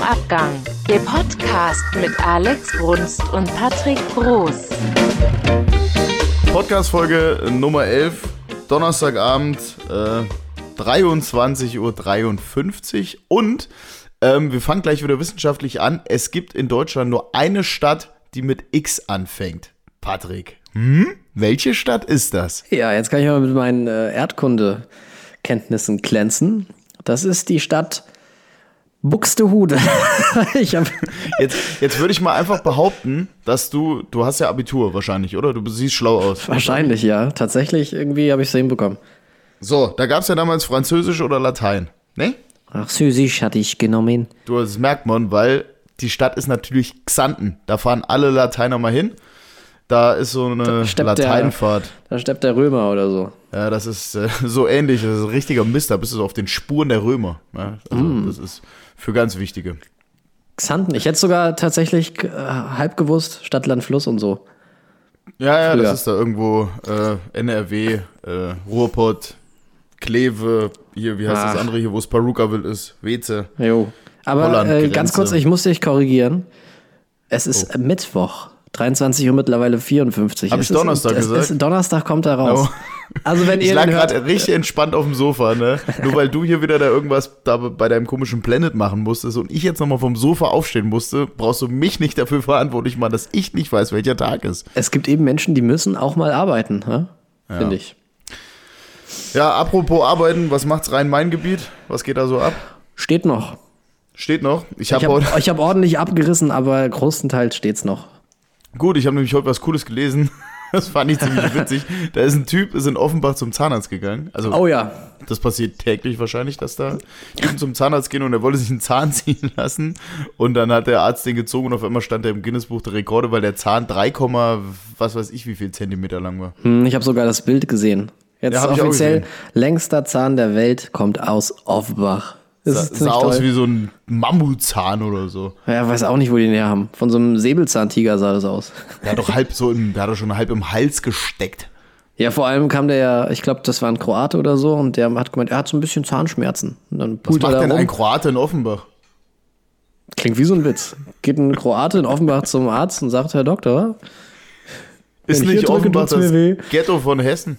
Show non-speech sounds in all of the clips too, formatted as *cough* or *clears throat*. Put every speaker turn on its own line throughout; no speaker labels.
Abgang. Der Podcast mit Alex Brunst und Patrick Groß.
Podcast-Folge Nummer 11, Donnerstagabend, äh, 23.53 Uhr. Und ähm, wir fangen gleich wieder wissenschaftlich an. Es gibt in Deutschland nur eine Stadt, die mit X anfängt. Patrick, hm? welche Stadt ist das?
Ja, jetzt kann ich mal mit meinen äh, Erdkundekenntnissen glänzen. Das ist die Stadt Buxtehude. *laughs* ich hab,
Jetzt, jetzt würde ich mal einfach behaupten, dass du, du hast ja Abitur wahrscheinlich, oder? Du siehst schlau aus.
wahrscheinlich, ja. Tatsächlich, irgendwie habe ich es hinbekommen.
So, da gab es ja damals Französisch oder Latein, ne?
Ach, Süßisch hatte ich genommen.
Du, das merkt man, weil die Stadt ist natürlich Xanten. Da fahren alle Lateiner mal hin. Da ist so eine
steppt der-
Lateinfahrt.
Da steppt der Römer oder so.
Ja, das ist äh, *laughs* so ähnlich. Das ist ein richtiger Mist. Da bist du so auf den Spuren der Römer. Ja, also, Das ist für ganz Wichtige.
Xanten. Ich hätte sogar tatsächlich äh, halb gewusst, Stadt, Land, Fluss und so.
Ja, ja,
Früher.
das ist da irgendwo äh, NRW, äh, Ruhrpott, Kleve, hier, wie heißt das
Ach.
andere hier, wo es Perukaville ist, Weze.
Jo. Aber
Holland,
äh,
Grenze.
ganz
Oh.
kurz, ich muss dich korrigieren. Es ist Mittwoch. 23 Uhr mittlerweile 54.
Hab
Es
ich
ist-
Donnerstag
es
gesagt? Oh.
Ist, Donnerstag kommt er raus. Also wenn
Ich
ihr
lag
den hört,
gerade richtig entspannt auf dem Sofa, ne? Nur weil du hier wieder da irgendwas da bei deinem komischen Planet machen musstest und ich jetzt nochmal vom Sofa aufstehen musste, brauchst du mich nicht dafür verantwortlich machen, dass ich nicht weiß, welcher Tag ist.
es gibt eben Menschen, die müssen auch mal arbeiten, hä? finde ich.
Ja, apropos Arbeiten, was macht's Rhein-Main-Gebiet? Was geht da so ab?
Steht noch.
Steht noch. Ich habe
Ich
heute.
habe ich hab ordentlich abgerissen, aber großenteils steht's noch.
*laughs* Gut, ich habe nämlich heute was Cooles gelesen. *laughs* Das fand ich ziemlich witzig. Da ist ein Typ, ist in Offenbach zum Zahnarzt gegangen. Also
Oh ja,
Das passiert täglich wahrscheinlich, dass da Typen zum Zahnarzt gehen und er wollte sich einen Zahn *laughs* ziehen lassen. Und dann hat der Arzt den gezogen und auf einmal stand er im Guinness-Buch der Rekorde, weil der Zahn 3, was weiß ich, wie viel Zentimeter lang war.
Hm, ich habe sogar das Bild gesehen. Jetzt
Ja, hab ich auch
offiziell
gesehen.
längster Zahn der Welt kommt aus Offenbach. Das
Sa
ist
sah
ziemlich
aus
toll.
wie so ein Mammutzahn oder so.
Ja, weiß auch nicht, wo die den her haben. Von so einem Säbelzahntiger sah das aus.
Der hat doch halb so im, der hat doch schon halb im Hals gesteckt.
Ja, vor allem kam der ja, ich glaube, das war ein Kroate oder so, und der hat gemeint, er hat so ein bisschen Zahnschmerzen. Und dann
Was
pult er
macht denn
da
ein
rum.
Kroate in Offenbach?
Klingt wie so ein Witz. Geht ein Kroate in Offenbach zum Arzt und sagt, Herr Doktor,
Ist
Wenn ich
nicht
hier drücke,
Offenbach
tut's mir
das
weh.
Ghetto von Hessen?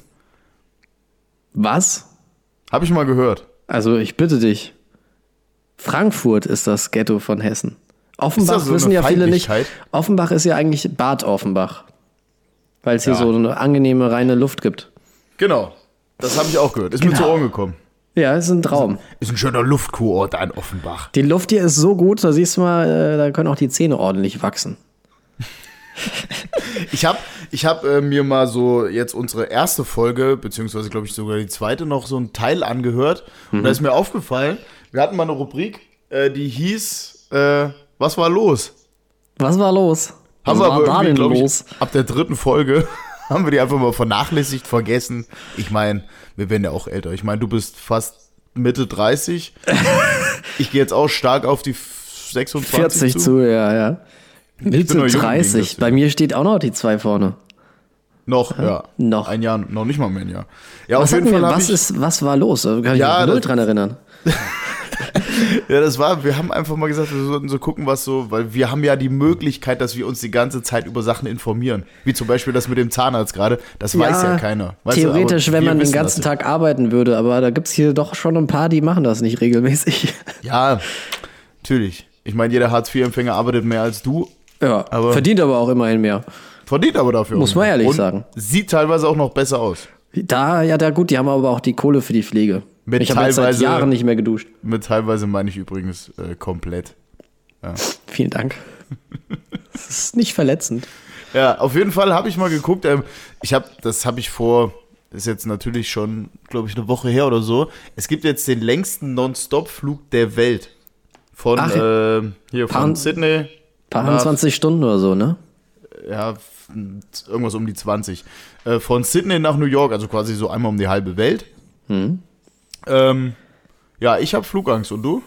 was?
Habe ich mal gehört.
Also ich bitte dich. Frankfurt ist das Ghetto von Hessen. Offenbach
so eine
wissen ja viele nicht.
Feindlichkeit?
Offenbach ist ja eigentlich Bad Offenbach. Weil es hier
Ja.
so eine angenehme, reine Luft gibt.
Genau. Das habe ich auch gehört. Ist mir
Genau.
zu Ohren gekommen.
Ja, ist ein Traum.
Ist ein schöner Luftkurort an Offenbach.
Die Luft hier ist so gut, da siehst du mal, äh, da können auch die Zähne ordentlich wachsen.
Ich habe ich hab, äh, mir mal so jetzt unsere erste Folge, beziehungsweise glaube ich sogar die zweite, noch so einen Teil angehört.
Mhm.
Und da ist mir aufgefallen, wir hatten mal eine Rubrik, äh, die hieß, äh, was war los?
Was war los? Was
wir
war da
irgendwie,
denn
glaub
los?
Ich, ab der dritten Folge *laughs* haben wir die einfach mal vernachlässigt, vergessen. Ich meine, wir werden ja auch älter. Ich meine, du bist fast Mitte
*laughs*
30. ich gehe jetzt auch stark auf die 26
40 zu, ja, ja. Mitte
nur jung gegen
30.
das
Bei mir steht auch noch die zwei vorne.
Noch, ja.
Noch.
Ein Jahr, noch nicht mal mehr ein Jahr. Ja,
Was,
auf jeden
hatten wir,
Fall hab
was,
ich-
ist, was war los? Da kann ich
Ja,
mich null
das-
dran erinnern.
Ja, das war, wir haben einfach mal gesagt, wir sollten so gucken, was so, weil wir haben ja die Möglichkeit, dass wir uns die ganze Zeit über Sachen informieren. Wie zum Beispiel das mit dem Zahnarzt gerade. Das weiß ja keiner. Weißt du, aber
theoretisch, wenn
wir
man den
wissen
ganzen
das
Tag arbeiten würde, aber da gibt es hier doch schon ein paar, die machen das nicht regelmäßig. *laughs*
Ja, natürlich. Ich meine, jeder Hartz-IV-Empfänger arbeitet mehr als du,
Ja,
Aber-
verdient aber auch immerhin mehr.
verdient aber dafür.
Muss
auch
man
mehr.
ehrlich
Und
sagen.
Sieht teilweise auch noch besser aus.
Da, ja, da gut, die haben aber auch die Kohle für die Pflege.
Mit
ich habe jetzt seit
teilweise-
Jahren nicht mehr geduscht.
Mit teilweise meine ich übrigens äh, komplett. *laughs*
Vielen Dank. das ist nicht verletzend.
Ja, auf jeden Fall habe ich mal geguckt. Ähm, ich habe, das habe ich vor, ist jetzt natürlich schon, glaube ich, eine Woche her oder so. Es gibt jetzt den längsten Non-Stop-Flug der Welt von
Ach,
ähm, hier von
Pan-
Sydney.
Paar
nach-
20 Stunden oder so, ne?
ja, f- irgendwas um die 20. Äh, von Sydney nach New York, also quasi so einmal um die halbe Welt. Ähm, ja, ich habe Flugangst und du?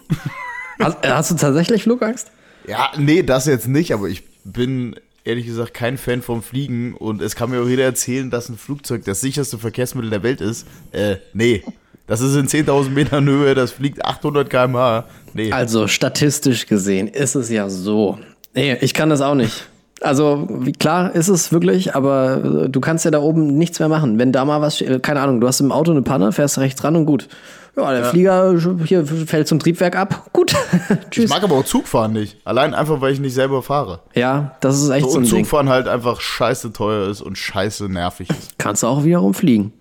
Hast, äh, hast du tatsächlich Flugangst?
Ja, nee, das jetzt nicht, aber ich bin ehrlich gesagt kein Fan vom Fliegen und es kann mir auch jeder erzählen, dass ein Flugzeug das sicherste Verkehrsmittel der Welt ist. Äh, nee. Das ist in 10.000 Metern Höhe, das fliegt 800 km/h. Nee.
Also statistisch gesehen ist es ja so. Nee, ich kann das auch nicht. Also wie- klar ist es wirklich, aber äh, du kannst ja da oben nichts mehr machen. Wenn da mal was, äh, keine Ahnung, du hast im Auto eine Panne, fährst rechts ran und gut. Ja, der Flieger äh, hier fällt zum Triebwerk ab. Gut, *laughs*
ich
tschüss.
mag aber auch Zugfahren nicht. Allein einfach, weil ich nicht selber fahre.
Ja, das ist echt so
Und
ein Ding.
Zugfahren halt einfach scheiße teuer ist und scheiße nervig ist.
Kannst du auch wiederum fliegen.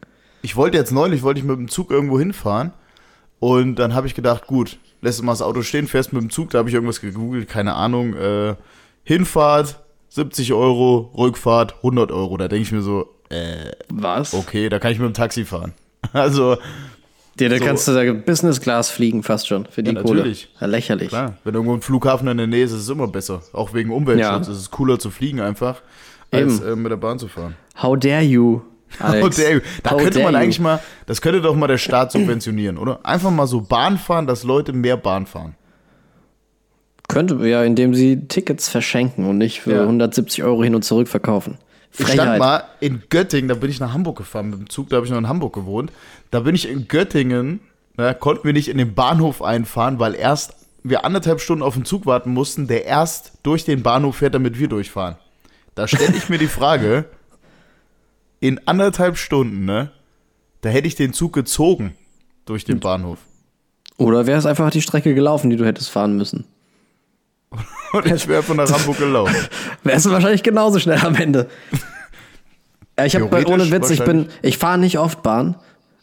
Ich wollte jetzt neulich, wollte ich mit dem Zug irgendwo hinfahren und dann habe ich gedacht, gut, lässt du mal das Auto stehen, fährst mit dem Zug, da habe ich irgendwas gegoogelt, keine Ahnung, äh, Hinfahrt 70 Euro, Rückfahrt 100 Euro. Da denke ich mir so, äh,
Was?
okay, da kann ich mit dem Taxi fahren. *laughs* Also,
Ja, da
So.
kannst du da Business Class fliegen fast schon für die
Ja,
Kohle.
natürlich.
Ja, lächerlich.
klar, wenn irgendwo ein Flughafen in der Nähe ist, ist es immer besser. Auch wegen Umweltschutz
Ja.
ist es cooler zu fliegen einfach, als
Eben.
äh, mit der Bahn zu fahren.
How dare you, Alex.
Oh, dare you. Da
How
könnte
dare
man
you.
eigentlich mal, das könnte doch mal der
*clears throat*
Staat subventionieren, oder? Einfach mal so Bahn fahren, dass Leute mehr Bahn fahren.
Könnte, ja, indem sie Tickets verschenken und nicht für
Ja.
170 Euro hin und zurück verkaufen.
Ich stand
Frechheit.
mal in Göttingen, da bin ich nach Hamburg gefahren mit dem Zug, da habe ich noch in Hamburg gewohnt. Da bin ich in Göttingen, na, konnten wir nicht in den Bahnhof einfahren, weil erst wir anderthalb Stunden auf den Zug warten mussten, der erst durch den Bahnhof fährt, damit wir durchfahren. Da stelle ich mir die Frage, in anderthalb Stunden, ne, da hätte ich den Zug gezogen durch den Bahnhof.
Oder wäre es einfach die Strecke gelaufen, die du hättest fahren müssen?
Und ich wäre von nach Hamburg gelaufen.
Wärst du wahrscheinlich genauso schnell am
*laughs*
Ende. Ja, ich habe
Theoretisch
ohne Witz, ich bin, ich fahre nicht oft Bahn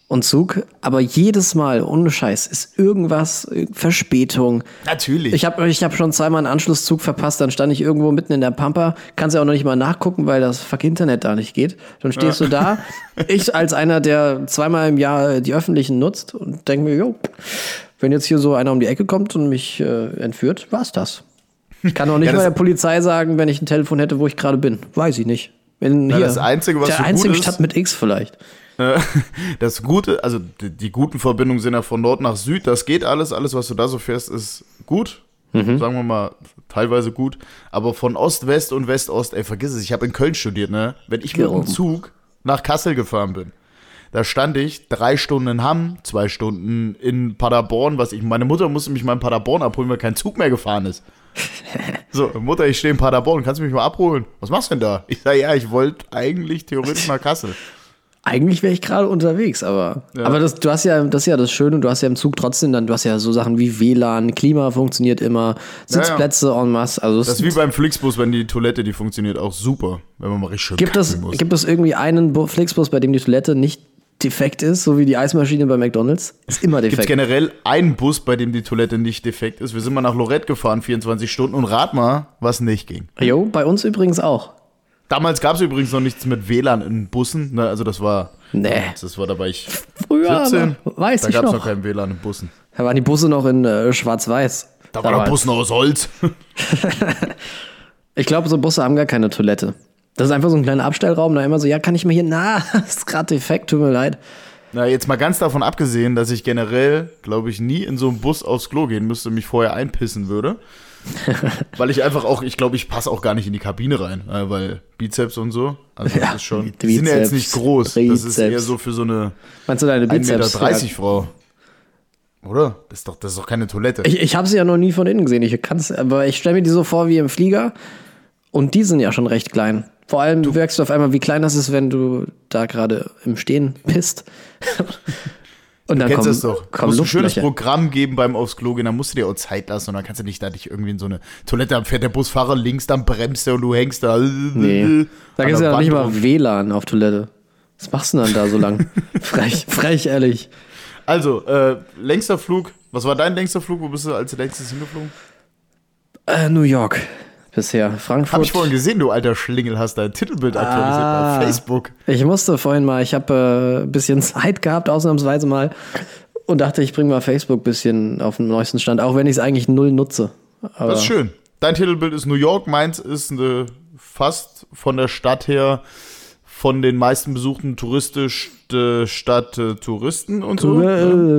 und Zug, aber jedes Mal ohne Scheiß ist irgendwas äh, Verspätung.
Natürlich.
Ich habe ich hab schon zweimal einen Anschlusszug verpasst, dann stand ich irgendwo mitten in der Pampa, kannst ja auch noch nicht mal nachgucken, weil das fuck Internet da nicht geht. Dann stehst
*laughs*
du da, ich als einer, der zweimal im Jahr die öffentlichen nutzt und denke mir, jo, wenn jetzt hier so einer um die Ecke kommt und mich äh, entführt, war's das. Ich kann auch nicht
Ja, das-
mal der Polizei sagen, wenn ich ein Telefon hätte, wo ich gerade bin. Weiß ich nicht. In, hier,
das Einzige, was
der
so gut
einzigen
ist-
Stadt mit X vielleicht.
Das Gute, also die, die guten Verbindungen sind ja von Nord nach Süd, das geht alles, alles, was du da so fährst, ist gut. Sagen wir mal, teilweise gut. Aber von Ost, West und West-Ost, ey, vergiss es, ich habe in Köln studiert, ne? Wenn ich mit dem
Gehoben.
Zug nach Kassel gefahren bin, da stand ich drei Stunden in Hamm, zwei Stunden in Paderborn, was ich. Meine Mutter musste mich mal in Paderborn abholen, weil kein Zug mehr gefahren ist. So, Mutter, ich stehe in Paderborn, kannst du mich mal abholen? Was machst du denn da? Ich sage, ja, ich wollte eigentlich theoretisch nach Kassel.
Eigentlich wäre ich gerade unterwegs, aber, aber das, du hast ja, das ist ja das Schöne, du hast ja im Zug trotzdem dann, du hast ja so Sachen wie WLAN, Klima funktioniert immer,
ja.
Sitzplätze en masse, also
Das
es
ist wie beim Flixbus, wenn die Toilette, die funktioniert auch super, wenn man mal richtig schön
gibt
kacken
es,
muss.
gibt es irgendwie einen Bu- Flixbus, bei dem die Toilette nicht defekt ist, so wie die Eismaschine bei McDonalds? Ist immer
Gibt's
defekt.
generell einen Bus, bei dem die Toilette nicht defekt ist? Wir sind mal nach Lorette gefahren, 24 Stunden, und rat mal, was nicht ging.
Jo, bei uns übrigens auch.
Damals gab es übrigens noch nichts mit WLAN in Bussen. Ne, also das war,
Nee.
das war dabei ich
Früher,
17.
aber weiß
da
ich
gab es noch
noch.
kein WLAN in Bussen.
Da waren die Busse noch in äh, schwarz-weiß.
Da war der
damals.
Bus noch aus Holz.
Ich glaube, so Busse haben gar keine Toilette. Das ist einfach so ein kleiner Abstellraum, da immer so, ja, kann ich mal hier, na, *laughs* ist gerade defekt, tut mir leid.
Na, jetzt mal ganz davon abgesehen, dass ich generell, glaube ich, nie in so einen Bus aufs Klo gehen müsste, mich vorher einpissen
*laughs*
würde. weil ich einfach auch, ich glaube, ich passe auch gar nicht in die Kabine rein, äh, weil Bizeps und so. Also
Ja,
das ist schon.
Bizeps,
Die sind ja jetzt nicht groß. Das ist eher
Trizeps.
so für so eine
Meinst du deine
1,30
Bizeps?
Meter Frau. Oder? Das ist doch, das ist doch keine Toilette.
Ich, ich habe sie ja noch nie von innen gesehen. Ich kann's, aber ich stelle mir die so vor wie im Flieger. Und die sind ja schon recht klein. Vor allem wirkst du auf einmal, wie klein das ist, wenn du da gerade im Stehen pisst. *laughs* Und dann
Kennst
kommen,
du das doch?
kommen
muss ein schönes
Luftlöcher.
Programm geben beim aufs Klo gehen, dann musst du dir auch Zeit lassen und dann kannst du nicht da dich irgendwie in so eine Toilette, dann fährt der Busfahrer links, dann bremst er und du hängst da. *laughs*
Nee. Da
An
gibt es
der
ja noch
Wand
nicht
rum.
mal WLAN auf Toilette. Was machst du denn dann da
*laughs*
so lang? frech, frech, ehrlich.
Also, äh, längster Flug. Was war dein längster Flug? Wo bist du als längstes hingeflogen?
Äh, New York bisher. Frankfurt.
Hab ich vorhin gesehen, du alter Schlingel, hast dein Titelbild aktualisiert auf Facebook.
Ich musste vorhin mal, ich habe äh, ein bisschen *laughs* Zeit gehabt, ausnahmsweise mal, und dachte, ich bringe mal Facebook ein bisschen auf den neuesten Stand, auch wenn ich es eigentlich null nutze.
*laughs*
Aber
Das ist schön. Dein Titelbild ist New York, meins ist eine fast von der Stadt her von den meisten besuchten touristisch äh, Stadt äh, Touristen und so. Ja.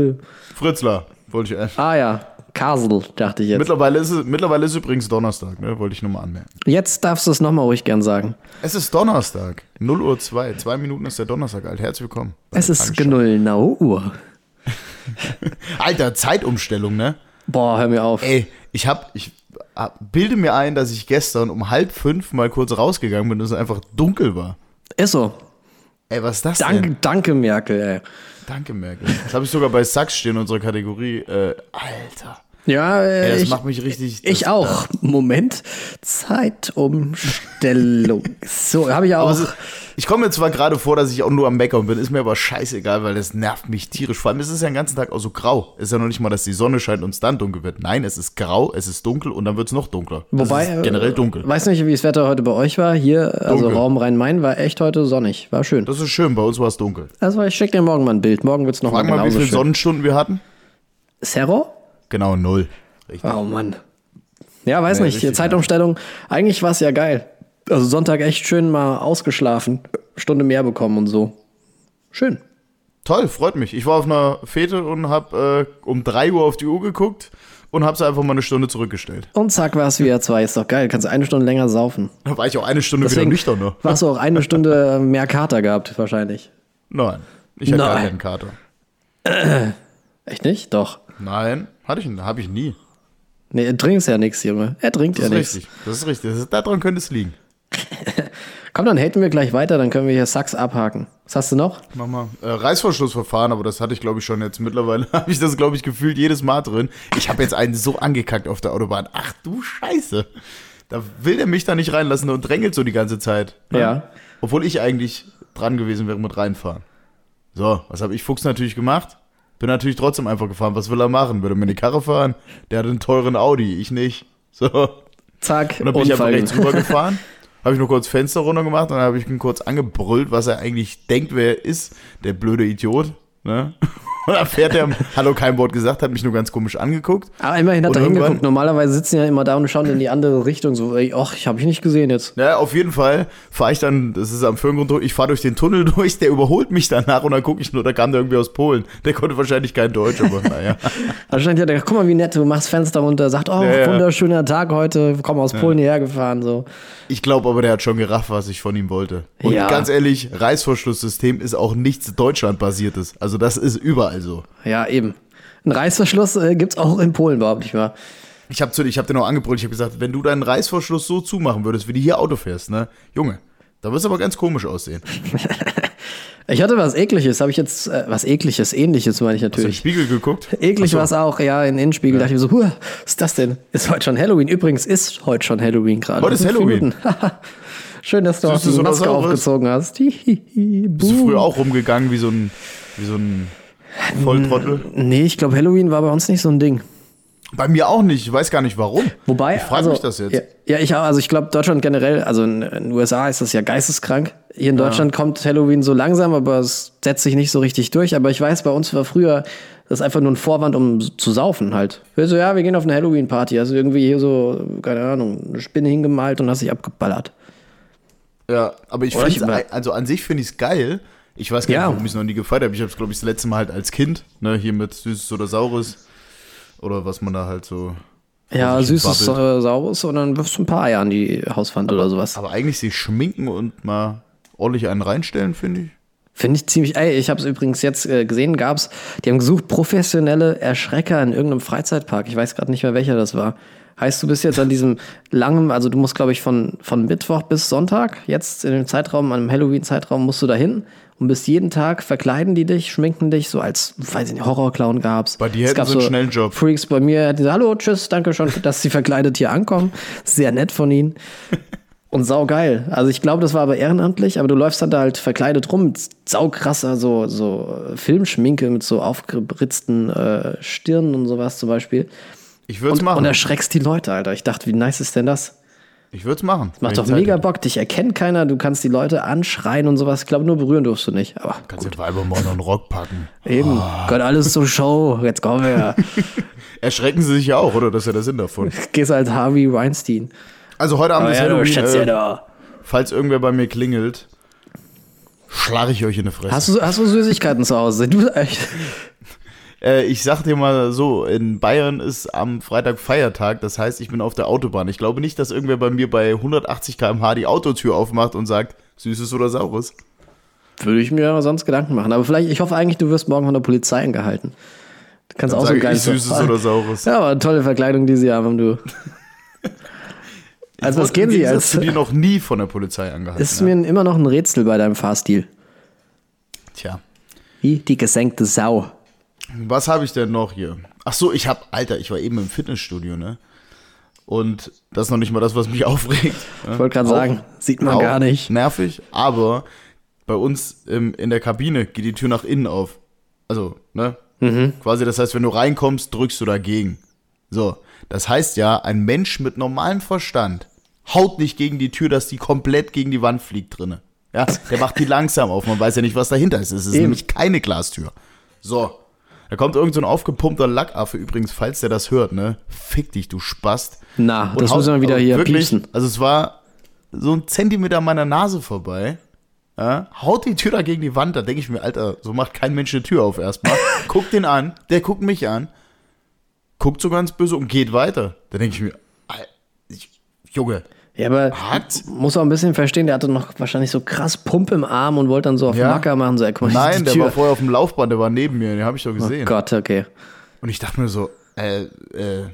Äh,
Fritzlar, wollte ich äh.
ah ja, Kassel, dachte ich jetzt.
Mittlerweile ist es mittlerweile ist übrigens Donnerstag, ne? Wollte ich nur mal anmerken.
Jetzt darfst du es nochmal ruhig gern sagen.
Es ist Donnerstag, 0 Uhr 2. Zwei Minuten ist der Donnerstag alt. Herzlich willkommen.
Es ist
genau.
genull Uhr.
Alter, Zeitumstellung, ne?
Boah, hör mir auf.
Ey, ich hab, ich hab- bilde mir ein, dass ich gestern um halb fünf mal kurz rausgegangen bin und es einfach dunkel war.
Ist so.
Ey, was ist das
Danke,
denn?
danke, Merkel, ey.
Danke, Merkel. Das habe ich sogar bei Sachs stehen in unserer Kategorie. Äh, Alter.
Ja, äh,
Ey, das
ich,
macht mich richtig.
ich
das,
auch. Moment.
*laughs*
Zeitumstellung. so, habe ich
Aber
auch.
es ist, ich komme mir zwar gerade vor, dass ich auch nur am Meckern bin, ist mir aber scheißegal, weil das nervt mich tierisch. Vor allem ist es ja den ganzen Tag auch so grau. Ist ja noch nicht mal, dass die Sonne scheint und es dann dunkel wird. Nein, es ist grau, es ist dunkel und dann wird es noch dunkler.
Wobei,
es
äh,
ist generell dunkel.
Weiß nicht, wie das Wetter heute bei euch war. Hier, also
Dunkel.
Raum Rhein-Main, war echt heute sonnig. War schön.
Das ist schön, bei uns war es dunkel.
Also ich schick dir morgen mal ein Bild. Morgen wird's noch
Frag
mal
mal, wie
genauso
viele
genau, schön.
Sonnenstunden wir hatten.
Serro?
Genau, null. Richtig.
Oh Mann. Ja, weiß
Nee,
nicht.
richtig,
Zeitumstellung. Eigentlich war's ja geil. Also Sonntag echt schön mal ausgeschlafen. Stunde mehr bekommen und so. Schön.
Toll, freut mich. Ich war auf einer Fete und habe äh, um 3 Uhr auf die Uhr geguckt und habe es einfach mal eine Stunde zurückgestellt.
Und zack, war's wieder zwei. Ist doch geil. Kannst eine Stunde länger saufen.
Da war ich auch eine Stunde
Deswegen
wieder ne? nüchterner.
Warst du auch eine Stunde mehr Kater gehabt, wahrscheinlich.
Nein, ich hatte gar
Nein.
keinen Kater.
Echt nicht? Doch.
Nein, hatte ich, habe ich nie.
Nee, er trinkt ja nichts, Junge. Er trinkt
Das
ja
ist
nichts.
richtig. Das ist richtig. Das ist, daran könnte es liegen.
Komm, dann haten wir gleich weiter, dann können wir hier Sachs abhaken. Was hast du noch?
Mach mal. Äh, Reißverschlussverfahren, aber das hatte ich glaube ich schon jetzt mittlerweile. *laughs* habe ich das glaube ich gefühlt jedes Mal drin. Ich habe jetzt einen so angekackt auf der Autobahn. Ach du Scheiße. Da will der mich da nicht reinlassen und drängelt so die ganze Zeit. ne?
Ja.
Obwohl ich eigentlich dran gewesen wäre mit reinfahren. So, was habe ich Fuchs natürlich gemacht? Bin natürlich trotzdem einfach gefahren. Was will er machen? Will er mir eine Karre fahren? Der hat einen teuren Audi, ich nicht. So,
Zack,
Und dann bin ich einfach
Unfall.
rechts rübergefahren. Habe ich nur kurz Fenster runter gemacht und dann habe ich ihn kurz angebrüllt, was er eigentlich denkt, wer er ist, der blöde Idiot. Ne? *laughs* Und dann fährt er, hat auch kein Wort gesagt, hat mich nur ganz komisch angeguckt.
Aber immerhin hat
Und
er hingeguckt.
irgendwann-
Normalerweise sitzen ja immer da und schauen in die andere Richtung. So, ey, och, ich habe ich nicht gesehen jetzt.
Ja, Ne, auf jeden Fall fahre ich dann, das ist am Firmengrund, durch, ich fahre durch den Tunnel *laughs* durch, der überholt mich danach und dann gucke ich nur, da kam der irgendwie aus Polen. Der konnte wahrscheinlich kein Deutsch,
*laughs*
aber naja.
Wahrscheinlich hat er gedacht, guck mal, wie nett, du machst Fenster runter, sagt, oh,
ja.
wunderschöner Tag heute, komm aus Polen hierher gefahren. So.
Ich glaube aber, der hat schon gerafft, was ich von ihm wollte. Und
Ja.
ganz ehrlich, Reißverschlusssystem ist auch nichts Deutschlandbasiertes. Also das ist überall so.
Ja, eben. Ein Reißverschluss äh, gibt's auch in Polen überhaupt nicht mal.
Ich habe ich hab den auch angebrüllt. Ich habe gesagt, wenn du deinen Reißverschluss so zumachen würdest, wie du hier Auto fährst, ne? Junge, da wirst du aber ganz komisch aussehen.
Ich hatte was Ekliges, habe ich jetzt, äh, was Ekliges, Ähnliches meine ich
Hast du in den
natürlich.
Spiegel geguckt?
Eklig
Ach so.
war es auch, ja, in den Innenspiegel dachte ich mir so, huh, was ist das denn? Ist heute schon Halloween? Übrigens ist heute schon Halloween gerade.
Heute ist
Fünf
Halloween.
Minuten. *laughs* Schön, dass du auch
Süßes
die
oder
Maske
Saures?
aufgezogen hast. *laughs* Hihihi,
Bist du
boom.
früher auch rumgegangen wie so ein, wie so ein Volltrottel?
Nee, ich glaube, Halloween war bei uns nicht so ein Ding.
Bei mir auch nicht. Ich weiß gar nicht warum.
Wobei,
ich frag
also,
mich das jetzt.
Ja, ja ich auch. Also ich glaube, Deutschland generell, also in in den USA ist das ja geisteskrank. Hier in Deutschland kommt Halloween so langsam, aber es setzt sich nicht so richtig durch. Aber ich weiß, bei uns war früher das einfach nur ein Vorwand, um zu saufen halt. Wir so, ja, wir gehen auf eine Halloween-Party. Also irgendwie hier so, keine Ahnung, eine Spinne hingemalt und hast dich abgeballert.
Ja, aber ich
Oder ich
finde,
über-
also an sich finde ich es geil. Ich weiß gar
Ja.
nicht, warum ich es noch nie gefeiert habe. Ich habe es, glaube ich, das letzte Mal halt als Kind, ne, hier mit Süßes oder Saures. Oder was man da halt so.
Ja,
vor sich hin
süßes,
babbelt.
äh, saures und dann wirfst du ein paar Eier an die Hauswand oder sowas.
Aber eigentlich sich schminken und mal ordentlich einen reinstellen, finde ich.
Finde ich ziemlich. Ey, ich habe es übrigens jetzt äh, gesehen, gab's. Die haben gesucht professionelle Erschrecker in irgendeinem Freizeitpark. Ich weiß gerade nicht mehr, welcher das war. Heißt, du bist jetzt an diesem langen, also du musst, glaube ich, von, von Mittwoch bis Sonntag, jetzt in dem Zeitraum, an dem Halloween-Zeitraum, musst du da hin und bist jeden Tag, verkleiden die dich, schminken dich, so als, weiß ich nicht, Horrorclown gab's.
Bei dir
Es
hätten
gab
sie einen schnellen Job.
Freaks bei mir hätten gesagt, hallo, tschüss, danke schon, dass sie verkleidet hier ankommen. Sehr nett von ihnen. Und saugeil. Also ich glaube, das war aber ehrenamtlich, aber du läufst dann da halt verkleidet rum, mit saukrasser, so, so äh, Filmschminke mit so aufgebritzten äh, Stirnen und sowas zum Beispiel.
Ich würde es
Und,
machen.
und erschreckst die Leute, Alter. Ich dachte, wie nice ist denn das?
ich würde es machen.
Macht
Wenn
doch
ich Zeit
mega
hätte.
Bock, dich erkennt keiner, du kannst die Leute anschreien und sowas. Ich glaube, nur berühren durfst du nicht. Aber
Kannst den Weibermord noch einen Rock packen.
eben, Oh. gehört alles zur Show, jetzt
*laughs*
kommen wir.
Erschrecken sie sich ja auch, oder? Das ist ja der Sinn davon.
Gehst als Harvey Weinstein.
Also heute Abend ist
Oh Ja, du
Halloween.
Schätzchen,
Äh,
da.
falls irgendwer bei mir klingelt, schlage ich euch in die Fresse.
Hast du, hast du Süßigkeiten zu Hause? Du,
Äh, ich sag dir mal so, in Bayern ist am Freitag Feiertag, das heißt, ich bin auf der Autobahn. Ich glaube nicht, dass irgendwer bei mir bei 180 km/h die Autotür aufmacht und sagt, süßes oder saures.
Würde ich mir sonst Gedanken machen. Aber vielleicht, ich hoffe eigentlich, du wirst morgen von der Polizei angehalten. Kannst
Dann
auch so
sage
geil
ich Süßes oder Saures.
Ja, aber tolle Verkleidung, die sie haben,
*laughs*
du. Also,
Wurde
was
im
gehen sie
Gegensatz
als?
zu dir noch nie von der Polizei angehalten. ne?
Ist mir immer noch ein Rätsel bei deinem Fahrstil.
Tja.
Wie die gesenkte Sau.
Was habe ich denn noch hier? Ach so, ich habe, Alter, ich war eben im Fitnessstudio, ne? Und das ist noch nicht mal das, was mich *laughs* aufregt.
Ich wollte gerade sagen, sieht man
Auch
gar nicht.
Nervig, aber bei uns im, in der Kabine geht die Tür nach innen auf. Also, ne?
Mhm.
Quasi, das heißt, wenn du reinkommst, drückst du dagegen. So, das heißt ja, ein Mensch mit normalem Verstand haut nicht gegen die Tür, dass die komplett gegen die Wand fliegt drinne. Ja, der macht
*laughs*
die langsam auf, man weiß ja nicht, was dahinter ist. Es ist
Eben.
nämlich keine Glastür. So, da kommt irgend so ein aufgepumpter Lackaffe übrigens, falls der das hört, ne? Fick dich, du Spast.
Na,
Und
das
haut-
müssen wir wieder
also
hier
wirklich,
piepsen.
Also es war so ein Zentimeter an meiner Nase vorbei. Ja, haut die Tür da gegen die Wand, da denke ich mir, Alter, so macht kein Mensch eine Tür auf
*laughs*
erstmal. guckt den an, der guckt mich an, guckt so ganz böse und geht weiter. Da denke ich mir, Al- ich- Junge,
Ja, aber *laughs*
Hat?
muss auch ein bisschen verstehen, der hatte noch wahrscheinlich so krass Pump im Arm und wollte dann so auf
Ja.
Macker machen. So, ey, guck mal, hier ist
nein,
die
der
Tür. Oh
war vorher auf dem Laufband, der war neben mir, den habe ich doch gesehen.
Gott, okay.
und ich dachte mir so, äh, äh,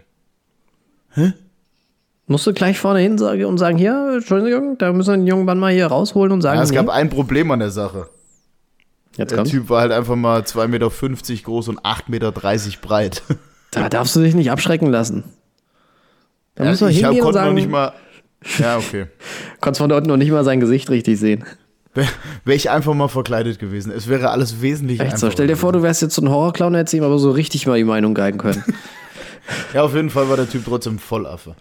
Musst du gleich vorne hin sagen- und sagen, hier, Entschuldigung, da müssen wir den jungen Mann mal hier rausholen und sagen,
ja, es
nee.
gab ein Problem an der Sache.
jetzt
Der
kommt's.
Typ war halt einfach mal 2,50 Meter groß und 8,30 Meter breit.
Da darfst du dich nicht abschrecken lassen. Da
Ja,
müssen wir
*laughs* ich hab-
hingehen und
konnte noch
sagen,
nicht mal. Ja, okay.
konntest von dort noch nicht mal sein Gesicht richtig sehen.
Wäre wär ich einfach mal verkleidet gewesen. Es wäre alles wesentlich
Echt so,
einfacher
stell dir vor, du wärst jetzt so ein Horrorclown, hättest ihm aber so richtig mal die Meinung
*laughs*
geigen können.
gewesen. Ja, auf jeden Fall war der Typ trotzdem Vollaffe.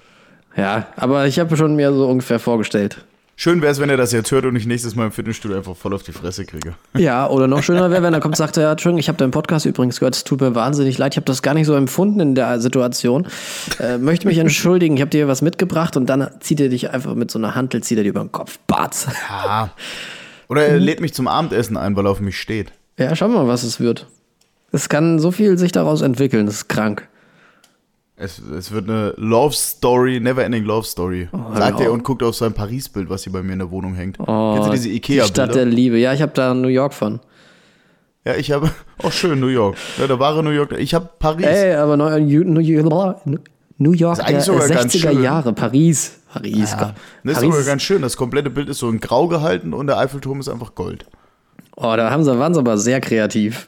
ja, aber ich habe schon mir so ungefähr vorgestellt.
Schön wäre es, wenn er das jetzt hört und ich nächstes Mal im Fitnessstudio einfach voll auf die Fresse kriege.
Ja, oder noch schöner wäre, wenn er kommt und sagt, ja, Entschuldigung, ich habe deinen Podcast übrigens gehört, es tut mir wahnsinnig leid, ich habe das gar nicht so empfunden in der Situation. Äh, möchte mich entschuldigen, ich habe dir was mitgebracht und dann zieht er dich einfach mit so einer Hantel, zieht er dir über den Kopf, batz.
Ah. *laughs* Oder er lädt mich zum Abendessen ein, weil er auf mich steht.
Ja, schauen wir mal, was es wird. Es kann so viel sich daraus entwickeln, das ist krank.
Es, es wird eine Love Story, never ending Love Story. sagt
Oh, ja. Oh,
er und guckt auf sein Paris-Bild, was hier bei mir in der Wohnung hängt. Kennst du diese
Die Stadt der
Ikea-Bilder?
Liebe. Ja, ich habe da New York von.
Ja, ich habe. *laughs* Oh, schön, New York. Ja, der wahre New York. Ich habe Paris.
Ey, aber Neu äh, New, New, New York
Ist
der
eigentlich sogar ganz
60er
schön.
Jahre, Paris. Paris. Gott.
Das ist sogar
Paris.
ganz schön. Das komplette Bild ist so in Grau gehalten und der Eiffelturm ist einfach Gold.
Oh, da haben sie, waren sie aber
*laughs*
sehr kreativ.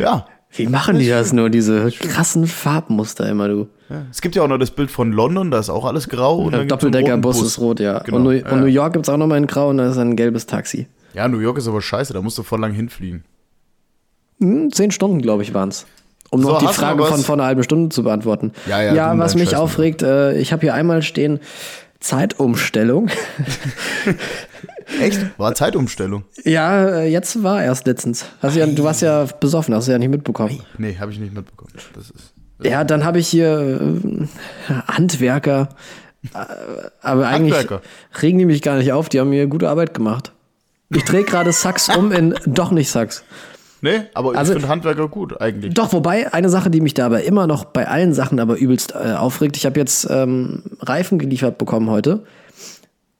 Ja.
Wie machen die das nur, diese krassen Farbmuster immer, du?
Es gibt ja auch noch das Bild von London, da ist auch alles grau. Und
Der
dann gibt's einen
Doppeldeckerbus
roten
ist rot, ja.
Genau.
Und, New,
ja.
und New York gibt's auch nochmal in Grau und da ist ein gelbes Taxi.
ja, New York ist aber scheiße, da musst du voll lang hinfliegen.
Hm, zehn Stunden, glaube ich, waren's. Um
So,
noch die
hast du
Frage
noch was?
von vor einer halben Stunde zu beantworten.
Ja, ja, dumm,
was
dein
mich
Scheiß.
aufregt, äh, ich habe hier einmal stehen Zeitumstellung. *laughs*
Echt? War Zeitumstellung.
ja, äh, jetzt war erst letztens. Hast ja, du warst ja besoffen, hast du ja nicht mitbekommen.
Nee, habe ich nicht mitbekommen. Das ist.
Ja, dann habe ich hier äh, Handwerker. Äh, Aber eigentlich
Handwerker.
regen die mich gar nicht auf, die haben mir gute Arbeit gemacht. Ich drehe gerade Sachs um in doch nicht Sachs.
Nee, aber
Also-
ich finde Handwerker gut eigentlich.
Doch, wobei eine Sache, die mich da aber immer noch bei allen Sachen aber übelst äh, aufregt, ich habe jetzt ähm, Reifen geliefert bekommen heute.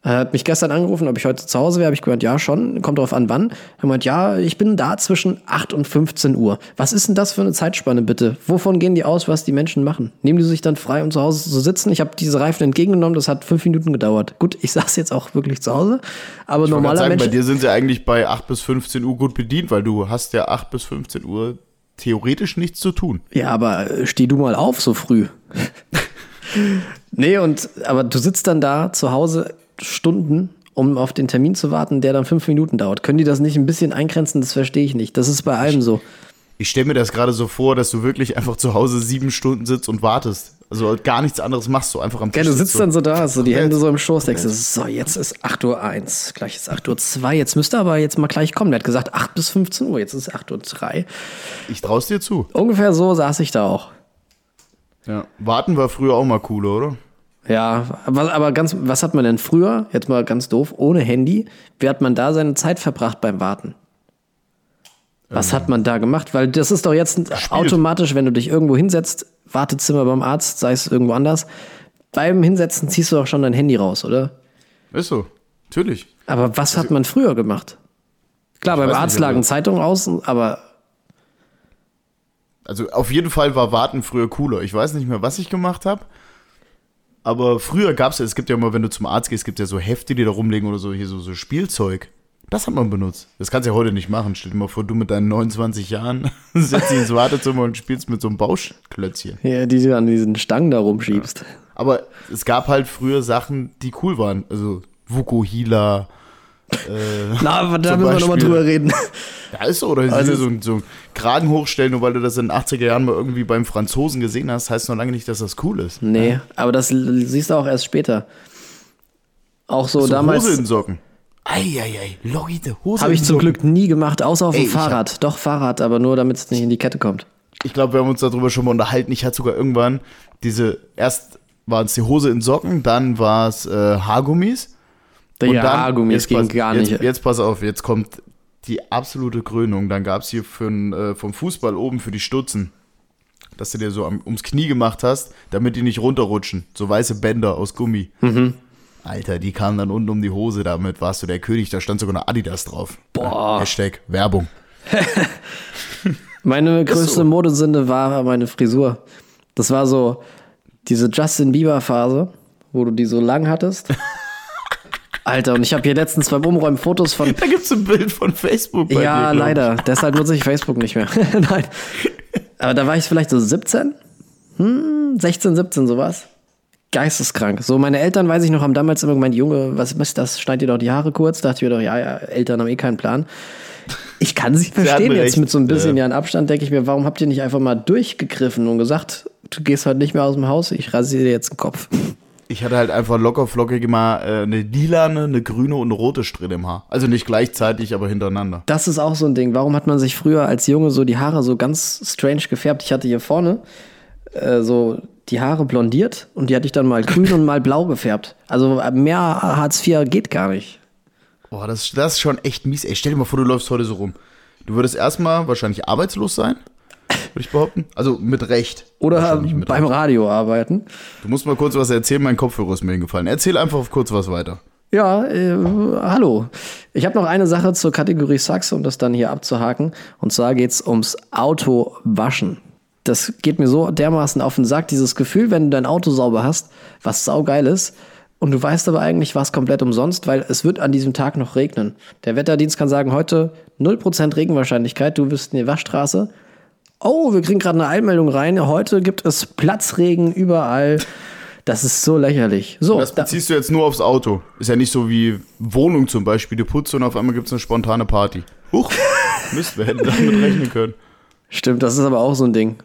Er hat mich gestern angerufen, ob ich heute zu Hause wäre. Habe ich gehört, ja, schon. Kommt drauf an, wann. Er meint, ja, ich bin da zwischen 8 und 15 Uhr. Was ist denn das für eine Zeitspanne, bitte? Wovon gehen die aus, was die Menschen machen? Nehmen die sich dann frei, um zu Hause zu sitzen? Ich habe diese Reifen entgegengenommen. Das hat fünf Minuten gedauert. Gut, ich saß jetzt auch wirklich zu Hause. Aber
Ich wollte gerade
normaler
sagen,
Mensch.
bei dir sind sie eigentlich bei 8 bis 15 Uhr gut bedient, weil du hast ja 8 bis 15 Uhr theoretisch nichts zu tun.
Ja, aber äh, steh du mal auf so *laughs* früh. nee, und aber du sitzt dann da zu Hause Stunden, um auf den Termin zu warten, der dann fünf Minuten dauert. Können die das nicht ein bisschen eingrenzen? Das verstehe ich nicht. Das ist bei allem so.
Ich stelle mir das gerade so vor, dass du wirklich einfach zu Hause sieben Stunden sitzt und wartest. Also gar nichts anderes machst du einfach am Tisch.
Ja, du sitzt dann so da, hast so die
Jetzt.
Hände so im Schoß, denkst du, so, jetzt ist 8.01 Uhr, gleich ist 8.02 Uhr, jetzt müsste aber jetzt mal gleich kommen. Der hat gesagt 8 bis 15 Uhr, jetzt ist 8.03 Uhr.
Ich traust dir zu.
Ungefähr so saß ich da auch.
Ja. Warten war früher auch mal cooler, oder?
Ja, aber, aber ganz, was hat man denn früher, jetzt mal ganz doof, ohne Handy, wie hat man da seine Zeit verbracht beim Warten? Was
Ähm.
hat man da gemacht? Weil das ist doch jetzt automatisch, wenn du dich irgendwo hinsetzt, Wartezimmer beim Arzt, sei es irgendwo anders, beim Hinsetzen ziehst du doch schon dein Handy raus, oder?
Ist so. Natürlich.
Aber was hat man früher gemacht? Klar, beim
weiß nicht, also
Arzt lagen
aber-
Zeitungen außen, aber
Also auf jeden Fall war Warten früher cooler. Ich weiß nicht mehr, was ich gemacht habe. Aber früher gab es ja, es gibt ja immer, wenn du zum Arzt gehst, gibt es ja so Hefte, die da rumliegen oder so, hier so, so Spielzeug. Das hat man benutzt. Das kannst du ja heute nicht machen. Stell dir mal vor, du mit deinen 29 Jahren *laughs* sitzt ins Wartezimmer und spielst mit so einem Bauschklötzchen.
Ja, die du an diesen Stangen da rumschiebst.
Aber es gab halt früher Sachen, die cool waren. Also Vukuhila. Äh,
Na, aber da
Zum
müssen wir nochmal
Beispiel-
drüber reden.
ja, ist so. Oder ist
Also-
also, so, ein- so einen Kragen hochstellen, nur weil du das in den 80er Jahren mal irgendwie beim Franzosen gesehen hast, heißt noch lange nicht, dass das cool ist.
Nee, aber das l- siehst du auch erst später. Auch so,
So Hose
damals
in Socken. Eieiei, Leute, Hose
habe ich
in
zum
Socken.
Glück nie gemacht, außer auf
Ey,
dem
ich hab-
Fahrrad. Doch, Fahrrad, aber nur damit es nicht in die Kette kommt.
ich glaube, wir haben uns darüber schon mal unterhalten. Ich hatte sogar irgendwann diese, erst waren es die Hose in Socken, dann war es äh, Haargummis.
Der
dann-
Haargummis
jetzt
ging
pass-
gar
jetzt,
nicht.
Jetzt pass auf, jetzt kommt die absolute Krönung. Dann gab es hier für'n, äh, vom Fußball oben für die Stutzen, dass du dir so am, ums Knie gemacht hast, damit die nicht runterrutschen. So weiße Bänder aus Gummi. Alter, die kamen dann unten um die Hose, damit warst du der König, da stand sogar noch Adidas drauf.
Boah.
Hashtag Werbung.
Meine größte Modesünde war meine Frisur. Das war so diese Justin Bieber Phase, wo du die so
*laughs*
lang hattest. Alter, und ich habe hier letztens beim Umräumen Fotos
*laughs*
von
Da gibt's ein Bild von Facebook bei
Ja,
dir, glaub ich.
leider. Deshalb nutze ich Facebook nicht mehr. *laughs* Nein. Aber da war ich vielleicht so 17? Hm, 16, 17, sowas. Geisteskrank. So, meine Eltern, weiß ich noch, haben damals immer gemeint, Junge, was ist das? Schneid dir doch die Haare kurz. Dachte ich mir doch, ja, ja, Eltern haben eh keinen Plan. Ich
*laughs*
kann sie verstehen
hatten
jetzt
recht,
mit so ein bisschen
ja.
Jahren Abstand, denke ich mir, warum habt ihr nicht einfach mal durchgegriffen und gesagt, du gehst heute nicht mehr aus dem Haus, ich rasiere dir jetzt den Kopf.
Ich hatte halt einfach locker flockig immer äh, eine lilane, eine grüne und eine rote Strähne im Haar. Also nicht gleichzeitig, aber hintereinander.
Das ist auch so ein Ding. Warum hat man sich früher als Junge so die Haare so ganz strange gefärbt? Ich hatte hier vorne äh, so die Haare blondiert und die hatte ich dann mal grün und mal blau gefärbt. Also mehr Hartz IV geht gar nicht.
Boah, das, das ist schon echt mies. Ey, stell dir mal vor, du läufst heute so rum. Du würdest erstmal wahrscheinlich arbeitslos sein, würde ich behaupten. Also mit Recht.
Oder
Wahrscheinlich mit
beim
Recht.
Radio arbeiten.
Du musst mal kurz was erzählen, mein Kopfhörer ist mir hingefallen. Erzähl einfach kurz was weiter.
Ja, äh, hallo. Ich habe noch eine Sache zur Kategorie Sachse, um das dann hier abzuhaken. Und zwar geht's ums Autowaschen. Das geht mir so dermaßen auf den Sack, dieses Gefühl, wenn du dein Auto sauber hast, was saugeil ist. Und du weißt aber eigentlich, was komplett umsonst, weil es wird an diesem Tag noch regnen. Der Wetterdienst kann sagen, heute 0% Regenwahrscheinlichkeit, du bist in der Waschstraße. Oh, wir kriegen gerade eine Einmeldung rein. Heute gibt es Platzregen überall. Das ist so lächerlich. So,
Das
Oh, da-
beziehst du jetzt nur aufs Auto. Ist ja nicht so wie Wohnung zum Beispiel. Du putzt und auf einmal gibt's eine spontane Party. Huch, *laughs* Mist, wir hätten damit rechnen können.
Stimmt, das ist aber auch so ein Ding.